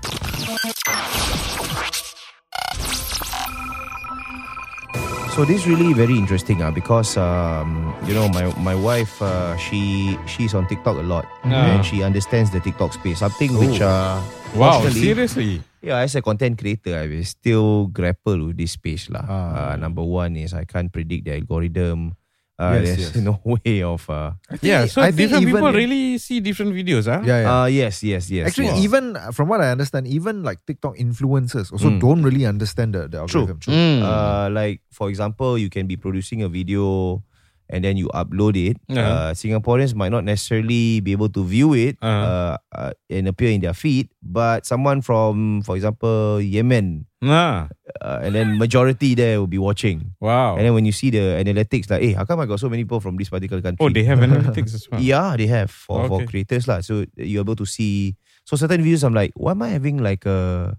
A: So this is really very interesting ah because um, you know my my wife uh, she she's on TikTok a lot
C: Ah.
A: and she understands the TikTok space something which uh,
C: Oh. Wow,
A: fortunately-
C: seriously?
A: Yeah, as a content creator, I will still grapple with this space lah.
C: Ah.
A: Uh, number one is I can't predict the algorithm. Uh,
C: Yes,
A: there's [laughs] no way of. Uh,
C: Yeah, so different people
A: even-
C: really see different videos, huh?
A: Uh, yes, yes, yes.
B: Actually,
A: yes.
B: even uh, from what I understand, even like TikTok influencers also
A: Mm.
B: don't really understand the, the
A: True.
B: algorithm.
C: Mm.
A: Uh, like for example, you can be producing a video and then you upload it.
B: Yeah.
A: Uh, Singaporeans might not necessarily be able to view it uh,
C: Uh-huh.
A: uh, and appear in their feed, but someone from, for example, Yemen.
C: Nah.
A: Uh, and then majority there will be watching.
C: Wow.
A: And then when you see the analytics, like, hey, how come I got so many people from this particular country?
C: Oh, they have analytics as
A: [laughs]
C: well.
A: Yeah, they have for,
C: Oh,
A: for
C: okay.
A: creators lah. So you're able to see. So certain videos, I'm like, why am I having like a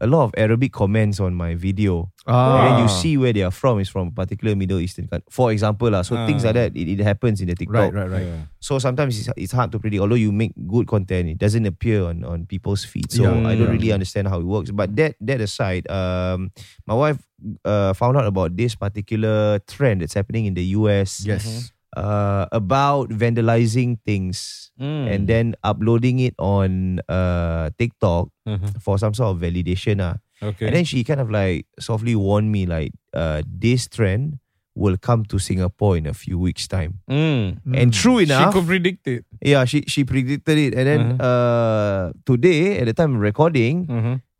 A: a lot of Arabic comments on my video? And then you
B: Ah.
A: see where they are from is from a particular Middle Eastern country. For example, lah. So things like
B: Ah.
A: that, it, it happens in the TikTok.
B: Right, right, right.
A: So sometimes it's, it's hard to predict. Although you make good content, it doesn't appear on, on people's feed. So I
B: Yeah.
A: don't
B: Yeah.
A: really understand how it works. But that that aside, um, my wife uh, found out about this particular trend that's happening in the US.
B: Yes. Mhm.
A: Uh, about vandalizing things
B: Mm.
A: and then uploading it on uh, TikTok
B: Mm-hmm.
C: Mhm.
A: for some sort of validation. Ah.
C: Okay.
A: And then she kind of like softly warned me like uh, this trend will come to Singapore in a few weeks time.
C: Mm.
A: And true enough,
C: she could predict it.
A: yeah, she she predicted it, and then uh today at the time of recording,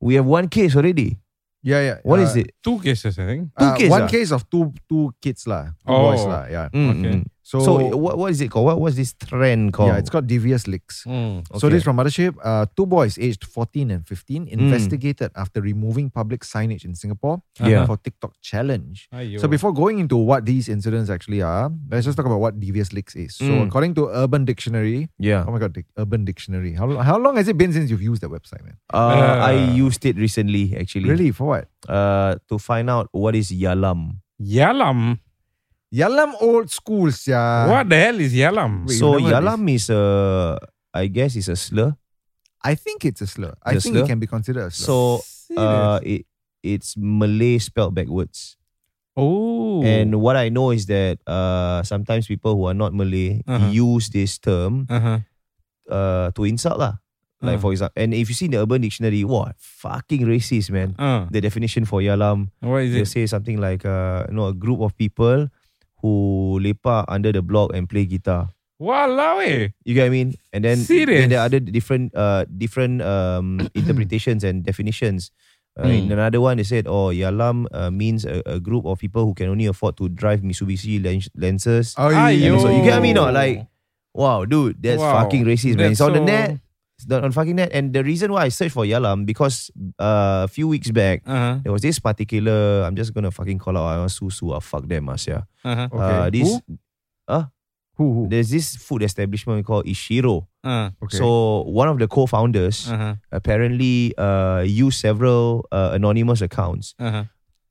A: we have one case already.
B: Yeah, yeah.
A: What is
B: Uh,
A: it?
C: Two cases, I think.
A: Two
B: Uh,
A: case, ah?
B: one case of two two kids lah, two
A: Oh.
B: boys lah. Yeah.
A: Mm, Okay. mm.
B: So,
A: So what what is it called? What was this trend called?
B: Yeah, it's called devious leaks. So
A: Hmm, okay.
B: this from Mothership. Uh, two boys aged 14 and 15
A: Mm.
B: investigated after removing public signage in Singapore
A: Yeah.
B: for TikTok challenge.
C: Aiyo.
B: So before going into what these incidents actually are, let's just talk about what devious leaks is. So
A: Mm.
B: according to Urban Dictionary,
A: Yeah.
B: Oh my god, Dic- Urban Dictionary. How how long has it been since you've used that website, man?
A: uh, I used it recently actually.
B: Really? For what?
A: Uh, to find out what is yalam.
C: Yalam.
B: Yalam old schools,
A: Uh,
B: yeah.
C: What the hell is Yalam?
A: so yalam is a, I guess, is a slur.
B: I think it's a slur. I
A: The
B: think
A: slur?
B: it can be considered a slur.
A: So uh, it it's Malay spelled backwards.
C: Oh.
A: And what I know is that uh, sometimes people who are not Malay
C: Uh-huh.
A: use this term
C: Uh-huh.
A: uh, to insult lah. Like for
C: Hmm.
A: example, and if you see in the urban dictionary, what fucking racist, man.
C: Uh.
A: The definition for yalam,
C: What is
A: they
C: it?
A: say something like, uh, you know, a group of people who lepak under the block and play guitar.
C: Walao eh.
A: You get what I mean? And then,
C: Serious?
A: then there are other different uh, different
C: [clears throat]
A: um, interpretations and definitions. Uh, In
C: Mm.
A: another one, they said, "Oh, yalam uh, means a, a group of people who can only afford to drive Mitsubishi Lens- Lancers."
B: Oh,
A: And so, you get what I mean? Or
C: Aiyo.
A: like, wow, dude, that's
C: Wow.
A: fucking racist, man.
C: That's
A: It's on the
C: so-
A: net. It's not on fucking net. And the reason why I searched for yalam because uh, a few weeks back
C: Uh-huh.
A: there was this particular. I'm just gonna fucking call out. I want susu. Ah, fuck them, Asya.
C: Uh-huh.
A: Uh, this, huh?
B: Who,
A: There's this food establishment called Ishiro.
C: Uh,
A: So one of the co-founders
C: Uh-huh.
A: apparently uh, used several uh, anonymous accounts
C: Uh-huh.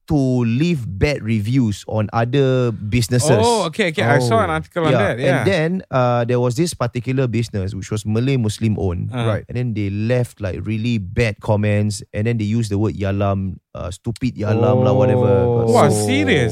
A: to leave bad reviews on other businesses.
C: Oh, okay, okay. I saw an article on that,
A: And
C: yeah.
A: then uh, there was this particular business which was Malay Muslim owned.
C: Uh-huh. Right.
A: And then they left like really bad comments and then they used the word yalam, uh, stupid yalam lah, whatever. I got
C: Wow, serious,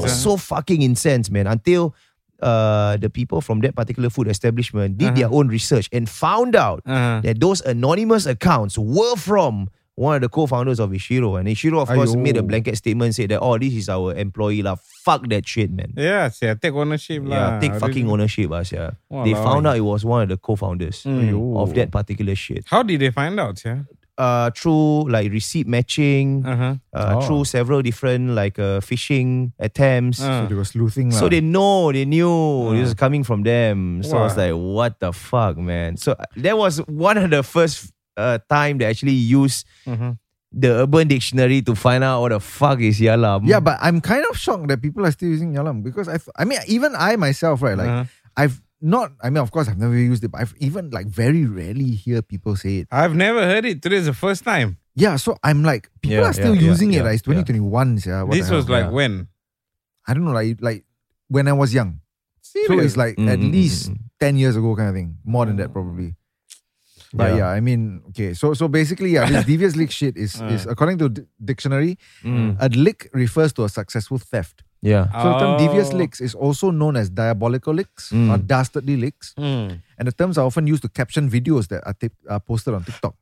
A: I was
C: ah?
A: Oh, So fucking incensed, man. Until uh, the people from that particular food establishment did their own research and found out
C: Uh-huh.
A: that those anonymous accounts were from one of the co-founders of Ishiro. And Ishiro, of course,
C: Aiyo.
A: made a blanket statement saying that, oh, this is our employee. lah. Fuck that shit, man.
C: Yeah, yeah, take ownership
A: Yeah,
C: lah.
A: take fucking
C: Really.
A: ownership, as yeah. They
C: Walao.
A: found out it was one of the co-founders
C: Mm.
A: of that particular shit.
C: How did they find out? Yeah.
A: Uh, through like receipt matching,
C: Uh-huh.
A: uh,
C: Oh.
A: through several different like uh, phishing attempts.
B: So they were sleuthing.
A: So
B: lah.
A: they know, they knew this was coming from them. So I was
C: Wow.
A: like, what the fuck, man? So uh, that was one of the first uh, time they actually used the Urban Dictionary to find out what the fuck is Yalam.
C: Hmm.
B: Yeah, but I'm kind of shocked that people are still using Yalam because I, I mean, even I myself, right? Like,
C: Uh-huh.
B: I've not. I mean, of course, I've never used it, but I've even like very rarely hear people say it.
C: I've never heard it. Today's the first time.
B: Yeah, so I'm like, people
C: Yeah,
B: are still
C: yeah, yeah,
B: using it.
C: yeah,
B: Like, it's 2021. Yeah, what
C: this
B: the
C: was
B: hell,
C: like
B: yeah.
C: when?
B: I don't know, like like when I was young. So
C: Serious? Mm,
B: it's like at least ten years ago, kind of thing. More than that, probably. But yeah, I mean, okay. So so basically,
C: [laughs]
B: yeah, this
C: Uh. Mm.
B: devious leak shit is is according to d- dictionary, a leak refers to a successful theft.
A: Yeah.
B: So the term devious
C: Oh.
B: leaks is also known as diabolical leaks or dastardly leaks. And the terms are often used to caption videos that are, tip- are posted on TikTok.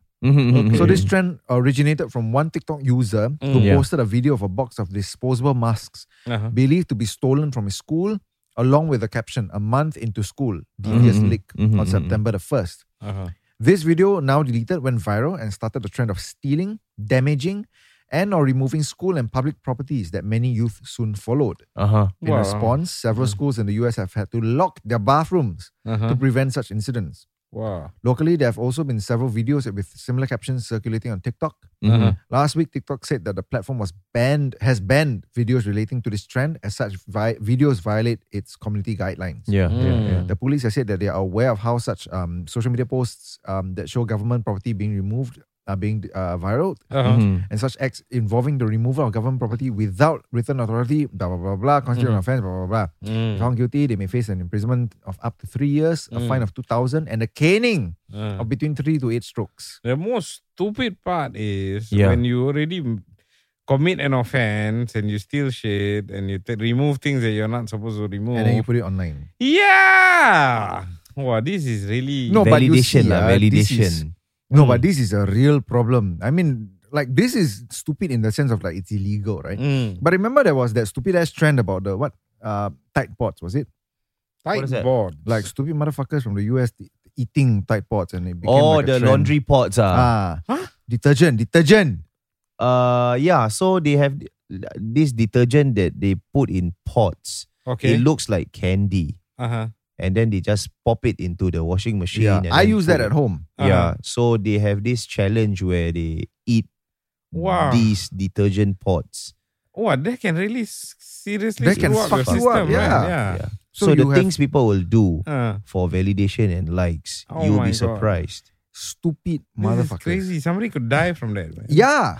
B: So this trend originated from one TikTok user who
A: Yeah.
B: posted a video of a box of disposable masks
C: Uh-huh.
B: believed to be stolen from his school, along with the caption "A month into school, devious leak" on September the first.
C: Uh-huh.
B: This video, now deleted, went viral and started the trend of stealing, damaging, and or removing school and public properties that many youth soon followed.
A: Uh huh.
B: In
C: Wow.
B: response, several
A: mm.
B: schools in the US have had to lock their bathrooms
A: [laughs]
B: to prevent such incidents.
C: Uh-huh. Wow.
B: Locally, there have also been several videos with similar captions circulating on TikTok.
A: Mm-hmm.
B: Last week, TikTok said that the platform was banned has banned videos relating to this trend, as such vi- videos violate its community guidelines.
A: Yeah. yeah, yeah.
B: The police have said that they are aware of how such um, social media posts um, that show government property being removed are being uh, viral,
C: Uh-huh.
A: Mm-hmm.
B: and such acts involving the removal of government property without written authority, blah blah blah
A: Mm-hmm.
B: blah, constitute an offence, blah blah blah. If
A: Mm.
B: Found guilty, they may face an imprisonment of up to three years, a fine of two thousand, and a caning
C: Uh.
A: Mm.
B: of between three to eight strokes.
C: The most stupid part is
A: Yeah.
C: when you already m- commit an offense and you steal shit and you t- remove things that you're not supposed to remove.
B: And then
A: Oh.
B: you put it online.
C: yeah. Wow, this is really
B: No, but you
A: validation,
B: see,
A: lah,
B: ah, this
A: validation. Mm.
B: is- No, but this is a real problem. I mean, like this is stupid in the sense of like it's illegal, right?
C: Mm.
B: But remember there was that stupid ass trend about the what uh Tide Pods, was it?
C: tight
A: is that?
C: board.
B: Like stupid motherfuckers from the US t- eating Tide Pods and it became
A: Oh,
B: like a
A: the
B: trend.
A: laundry pods ah.
B: Ah, detergent, detergent.
A: Uh, yeah. So they have th- this detergent that they put in pots.
C: okay.
A: It looks like candy,
C: uh-huh.
A: and then they just pop it into the washing machine.
B: Yeah,
A: and
B: I
A: then
B: use
A: put
B: that at
A: it-
B: home.
A: Yeah. So they have this challenge where they eat
C: Wow.
A: these detergent pods.
C: Wow, that can really s- seriously
B: That can
C: screw up your
B: fuck
C: system.
B: you up,
C: man.
B: yeah.
C: yeah.
A: Yeah.
B: So
A: So, the
B: you have-
A: things people will do
C: Uh,
A: for validation and likes,
C: Oh
A: you'll
C: my
A: be
C: God.
A: surprised.
B: Stupid
C: this is
B: motherfuckers.
C: crazy. Somebody could die from that. Man.
B: Yeah.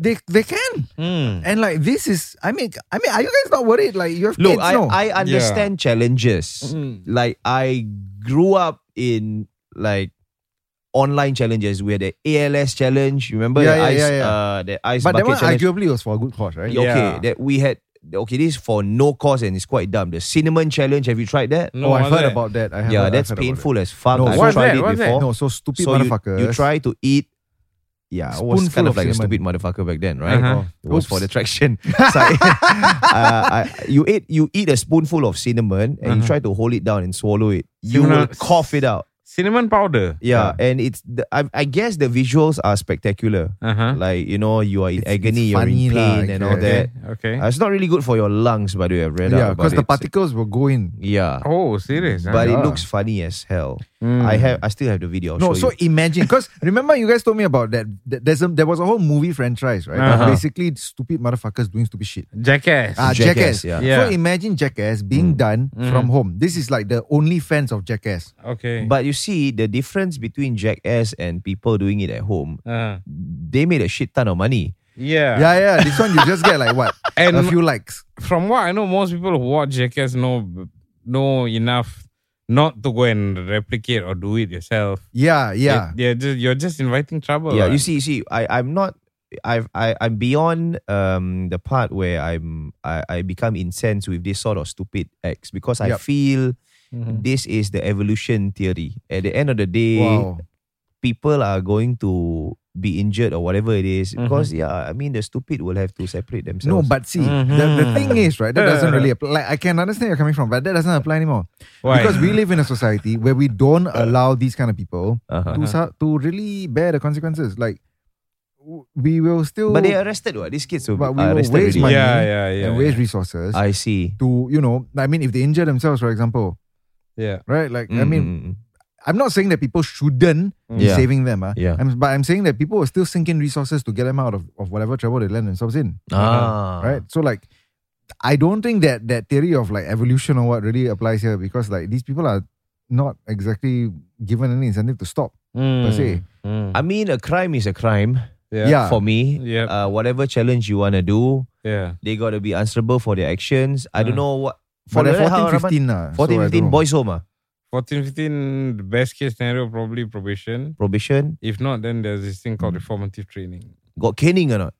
B: they they can.
C: Mm.
B: And like this is I mean I mean are you guys not worried? Like you have
A: Look,
B: kids,
A: I,
B: no?
A: I understand challenges.
C: Mm.
A: Like I grew up in like online challenges. We had the ALS challenge. Remember
B: Yeah,
A: the
B: yeah,
A: ice,
B: yeah, yeah.
A: Uh, the ice
B: but that
A: bucket
B: one
A: challenge.
B: arguably was for a good cause, right?
A: Okay,
C: Yeah.
A: that we had. Okay, this is for no cause and it's quite dumb. The cinnamon challenge. Have you tried that?
C: No,
B: oh, I've
C: what's
B: heard
C: that?
B: about that. I have
A: yeah,
B: heard- I've
A: that's
B: heard about
A: painful as fuck.
B: No,
A: I've
B: what's
A: tried
C: that?
A: it
C: What's that?
B: that.
A: before.
B: No, so stupid
A: so you,
B: motherfuckers.
A: you try to eat. Yeah, I was
B: Spoonful
A: kind of
B: of
A: like a
B: cinnamon.
A: stupid motherfucker back then, right?
C: Uh-huh.
A: It was
B: Oops.
A: for the traction.
B: [laughs]
A: so [laughs] I, uh, I- you eat you eat a spoonful of cinnamon and
B: Uh-huh.
A: you try to hold it down and swallow it. You will
C: Cinnamon-
A: cough it out.
C: Cinnamon powder.
A: Yeah, and it's the, I, I guess the visuals are spectacular.
C: Uh-huh.
A: Like you know, you are in
B: It's-
A: agony,
B: it's
A: you're in
B: funny lah,
A: pain, and all
B: okay.
A: that.
C: Okay.
A: Uh, it's not really good for your lungs, by the way. I've read
B: Yeah,
A: out about
B: because
A: it.
B: the particles will go in.
A: yeah,
C: oh, serious. huh?
A: but
B: yeah. Hmm.
A: it looks funny as hell. I have, I still have the video. I'll
B: No,
A: show
B: so
A: you.
B: imagine because remember you guys told me about that. th- There's a, there was a whole movie franchise, right?
C: Uh-huh.
B: Basically, stupid motherfuckers doing stupid shit.
C: Jackass.
B: Ah,
A: Jackass,
B: jackass.
A: yeah. Mm.
C: Yeah. Mm-hmm.
B: So imagine jackass being done from home. This is like the only fans of jackass.
C: okay.
A: But you see, the difference between jackass and people doing it at home,
C: Uh,
A: they made a shit ton of money.
C: yeah.
B: Yeah, yeah. This one you just get like what
C: Uh. [laughs] And
B: a few likes.
C: from what I know, most people who watch Jackass know know enough not to go and replicate or do it yourself.
B: Yeah, yeah.
C: They- they're just, you're just inviting trouble.
A: yeah,
C: right?
A: you see, you see, I, I'm not. I've, I, I'm beyond um, the part where I'm I, I become incensed with this sort of stupid acts because I
B: Yup. Mm-hmm.
A: feel this is the evolution theory. At the end of the day,
B: wow.
A: people are going to be injured or whatever it is because yeah, I mean the stupid will have to separate
B: Mm-hmm. No,
A: themselves.
B: but see,
C: Mm-hmm.
B: the, the thing is, right? That
C: Uh.
B: doesn't really apply. Like, I can understand where you're coming from, but that doesn't apply anymore.
C: Why?
B: Because we live in a society where we don't allow these kind of people
A: Uh-huh.
B: to su- to really bear the consequences. Like w- we will still,
A: but they arrested. What these kids will
B: but
A: be
B: we will
A: arrested.
B: waste
A: already.
B: money
C: Yeah, yeah, yeah,
B: and waste
C: yeah.
B: resources
A: I see.
B: to you know. I mean, if they injure themselves, for example,
C: yeah.
B: right? Like I mean,
A: Mm, mm, mm.
B: I'm not saying that people shouldn't be
A: Yeah.
B: saving them, ah.
A: Yeah.
B: I'm, but I'm saying that people will still sink in resources to get them out of, of whatever trouble they land themselves in.
A: ah,
B: right? So like, I don't think that that theory of like evolution or what really applies here because like these people are not exactly given any incentive to stop
A: Hmm.
B: per se.
A: I mean, a crime is a crime
C: Yeah.
B: Yeah.
A: for me.
C: Yep.
A: Uh, whatever challenge you wanna do,
C: Yeah.
A: they got to be answerable for their actions. I
B: Ah.
A: don't know what.
B: For the
A: that, how Rahman-
B: 14, 15, lah.
A: 14,
B: ah, So I
A: 15
B: don't know.
A: boys home, ah.
C: 14, 15, the best case scenario, probably probation.
A: probation.
B: Mm.
C: If not, then there's this thing called reformative training.
A: Got caning or not?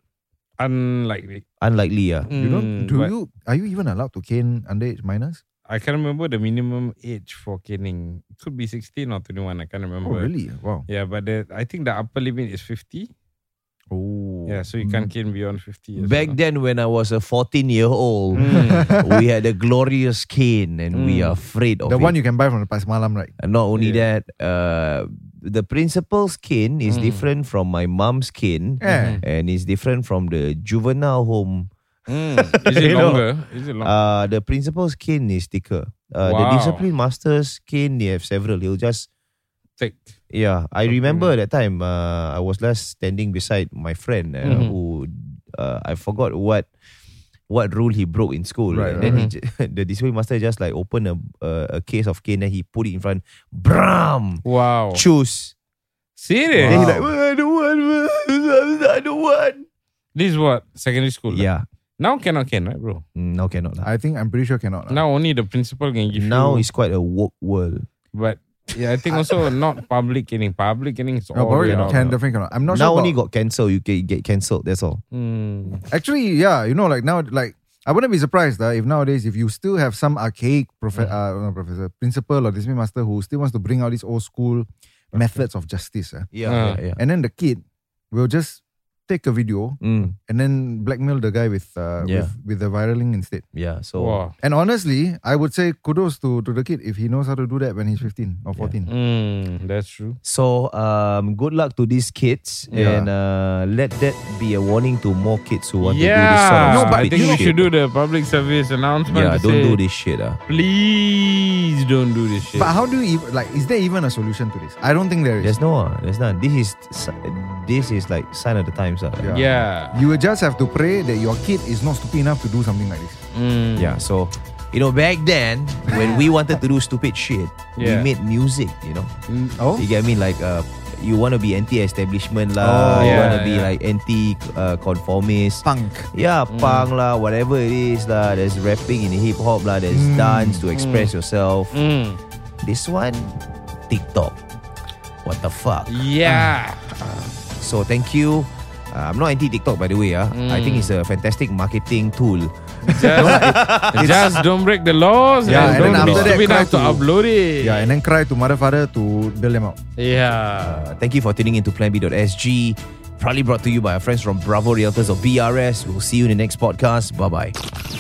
C: Unlikely.
A: Unlikely, ah. yeah.
B: You don't,
C: Mm,
B: do
C: but
B: you? Are you even allowed to cane underage minors?
C: I can't remember the minimum age for caning. It could be 16 or 21. I can't remember.
B: Oh, really? Wow.
C: Yeah, but the, I think the upper limit is 50.
B: Oh.
C: Yeah, so you
A: Hmm.
C: can't cane beyond 50 years
A: Back then, when I was a 14 year old, [laughs] we had a glorious cane and we are afraid of
B: Mm. The
A: it.
B: one you can buy from the Pasar Malam, right?
A: And not only that, uh, the principal's cane
B: Mm.
A: is different from my mom's cane
B: Yeah.
A: and is different from the juvenile home.
C: Is
A: You
C: it
A: know,
C: longer? Is it longer?
A: Uh, the principal's cane is thicker. Uh, The
C: Wow.
A: discipline master's cane, they have several. He'll just
C: Thick.
A: Yeah, I remember that time. Uh, I was last standing beside my friend uh, who uh, I forgot what what rule he broke in school.
B: Right,
A: and then he j- [laughs] the discipline master just like opened a uh, a case of cane and he put it in front. Bram,
C: Wow.
A: choose.
C: Serious?
A: Eh, Then he like, "Well, I don't want. well, I don't want.
C: This is what? Secondary school? lah.
A: Yeah,
C: Now cannot can, right, bro?
A: Mm, now cannot lah.
B: I think I'm pretty sure cannot. ah.
C: Now
B: lah.
C: only the principal can give
A: Now
C: you.
A: it's quite a woke world.
C: But yeah, I
A: [laughs]
C: think also not public caning. Public caning is
B: No,
C: all way
B: probably
C: out
B: cannot. Can
C: now.
B: definitely cannot. I'm not
A: now
B: sure.
A: only
B: about-
A: got cancelled. You get, get cancelled. That's all.
C: Hmm.
B: Actually, yeah, you know, like now, like I wouldn't be surprised uh, if nowadays if you still have some archaic profe-
A: Mm.
B: uh, not professor, principal or discipline master who still wants to bring out these old school methods of justice, uh,
C: Yeah.
A: yeah. yeah.
B: and then the kid will just take a video
A: Mm,
B: and then blackmail the guy with uh,
A: Yeah.
B: with, with the viral link instead.
A: yeah. So
C: Wow.
B: And honestly, I would say kudos to, to the kid if he knows how to do that when he's 15 or 14.
C: Mm, that's true.
A: So um, good luck to these kids,
B: Yeah.
A: and uh, let that be a warning to more kids who want to do this sort
C: yeah,
A: of
C: I
A: stupid
C: think we
A: shit.
C: should do the public service announcement.
A: Yeah,
C: to
A: don't
C: say,
A: do this shit. Ah,
C: Please don't do this shit.
B: But how do you even, like, is there even a solution to this? I don't think there is.
A: there's no, ah, there's none. This is s- this is like sign of the times. Ah,
B: Yeah.
C: yeah.
B: You will just have to pray that your kid is not stupid enough to do something like this.
C: Mm.
A: yeah. So you know, back then when we wanted to do stupid shit,
C: Yeah.
A: we made music. You know,
C: Mm.
B: Oh,
A: you get me? Like uh, you want to be anti-establishment lah.
B: Oh,
A: you
C: yeah,
A: want to be
C: yeah.
A: like uh, anti-conformist.
B: punk.
A: Yeah, punk lah, whatever it is lah. There's rapping in hip hop lah. There's dance to express yourself.
C: Mm.
A: This one, TikTok. What the fuck?
C: Yeah.
A: So thank you. Uh, I'm not anti TikTok by the way. Ah, I think it's a fantastic marketing tool.
C: just, just don't break the laws.
B: Yeah,
A: and then
C: and
A: after
C: don't be
B: that,
C: stupid
B: try
C: enough to,
B: to-
C: upload it.
B: Yeah, and then cry to mother father to bail them out.
C: yeah.
A: Uh, thank you for tuning into PlanB.sg. Proudly brought to you by our friends from Bravo Realtors or BRS. We'll see you in the next podcast. Bye bye.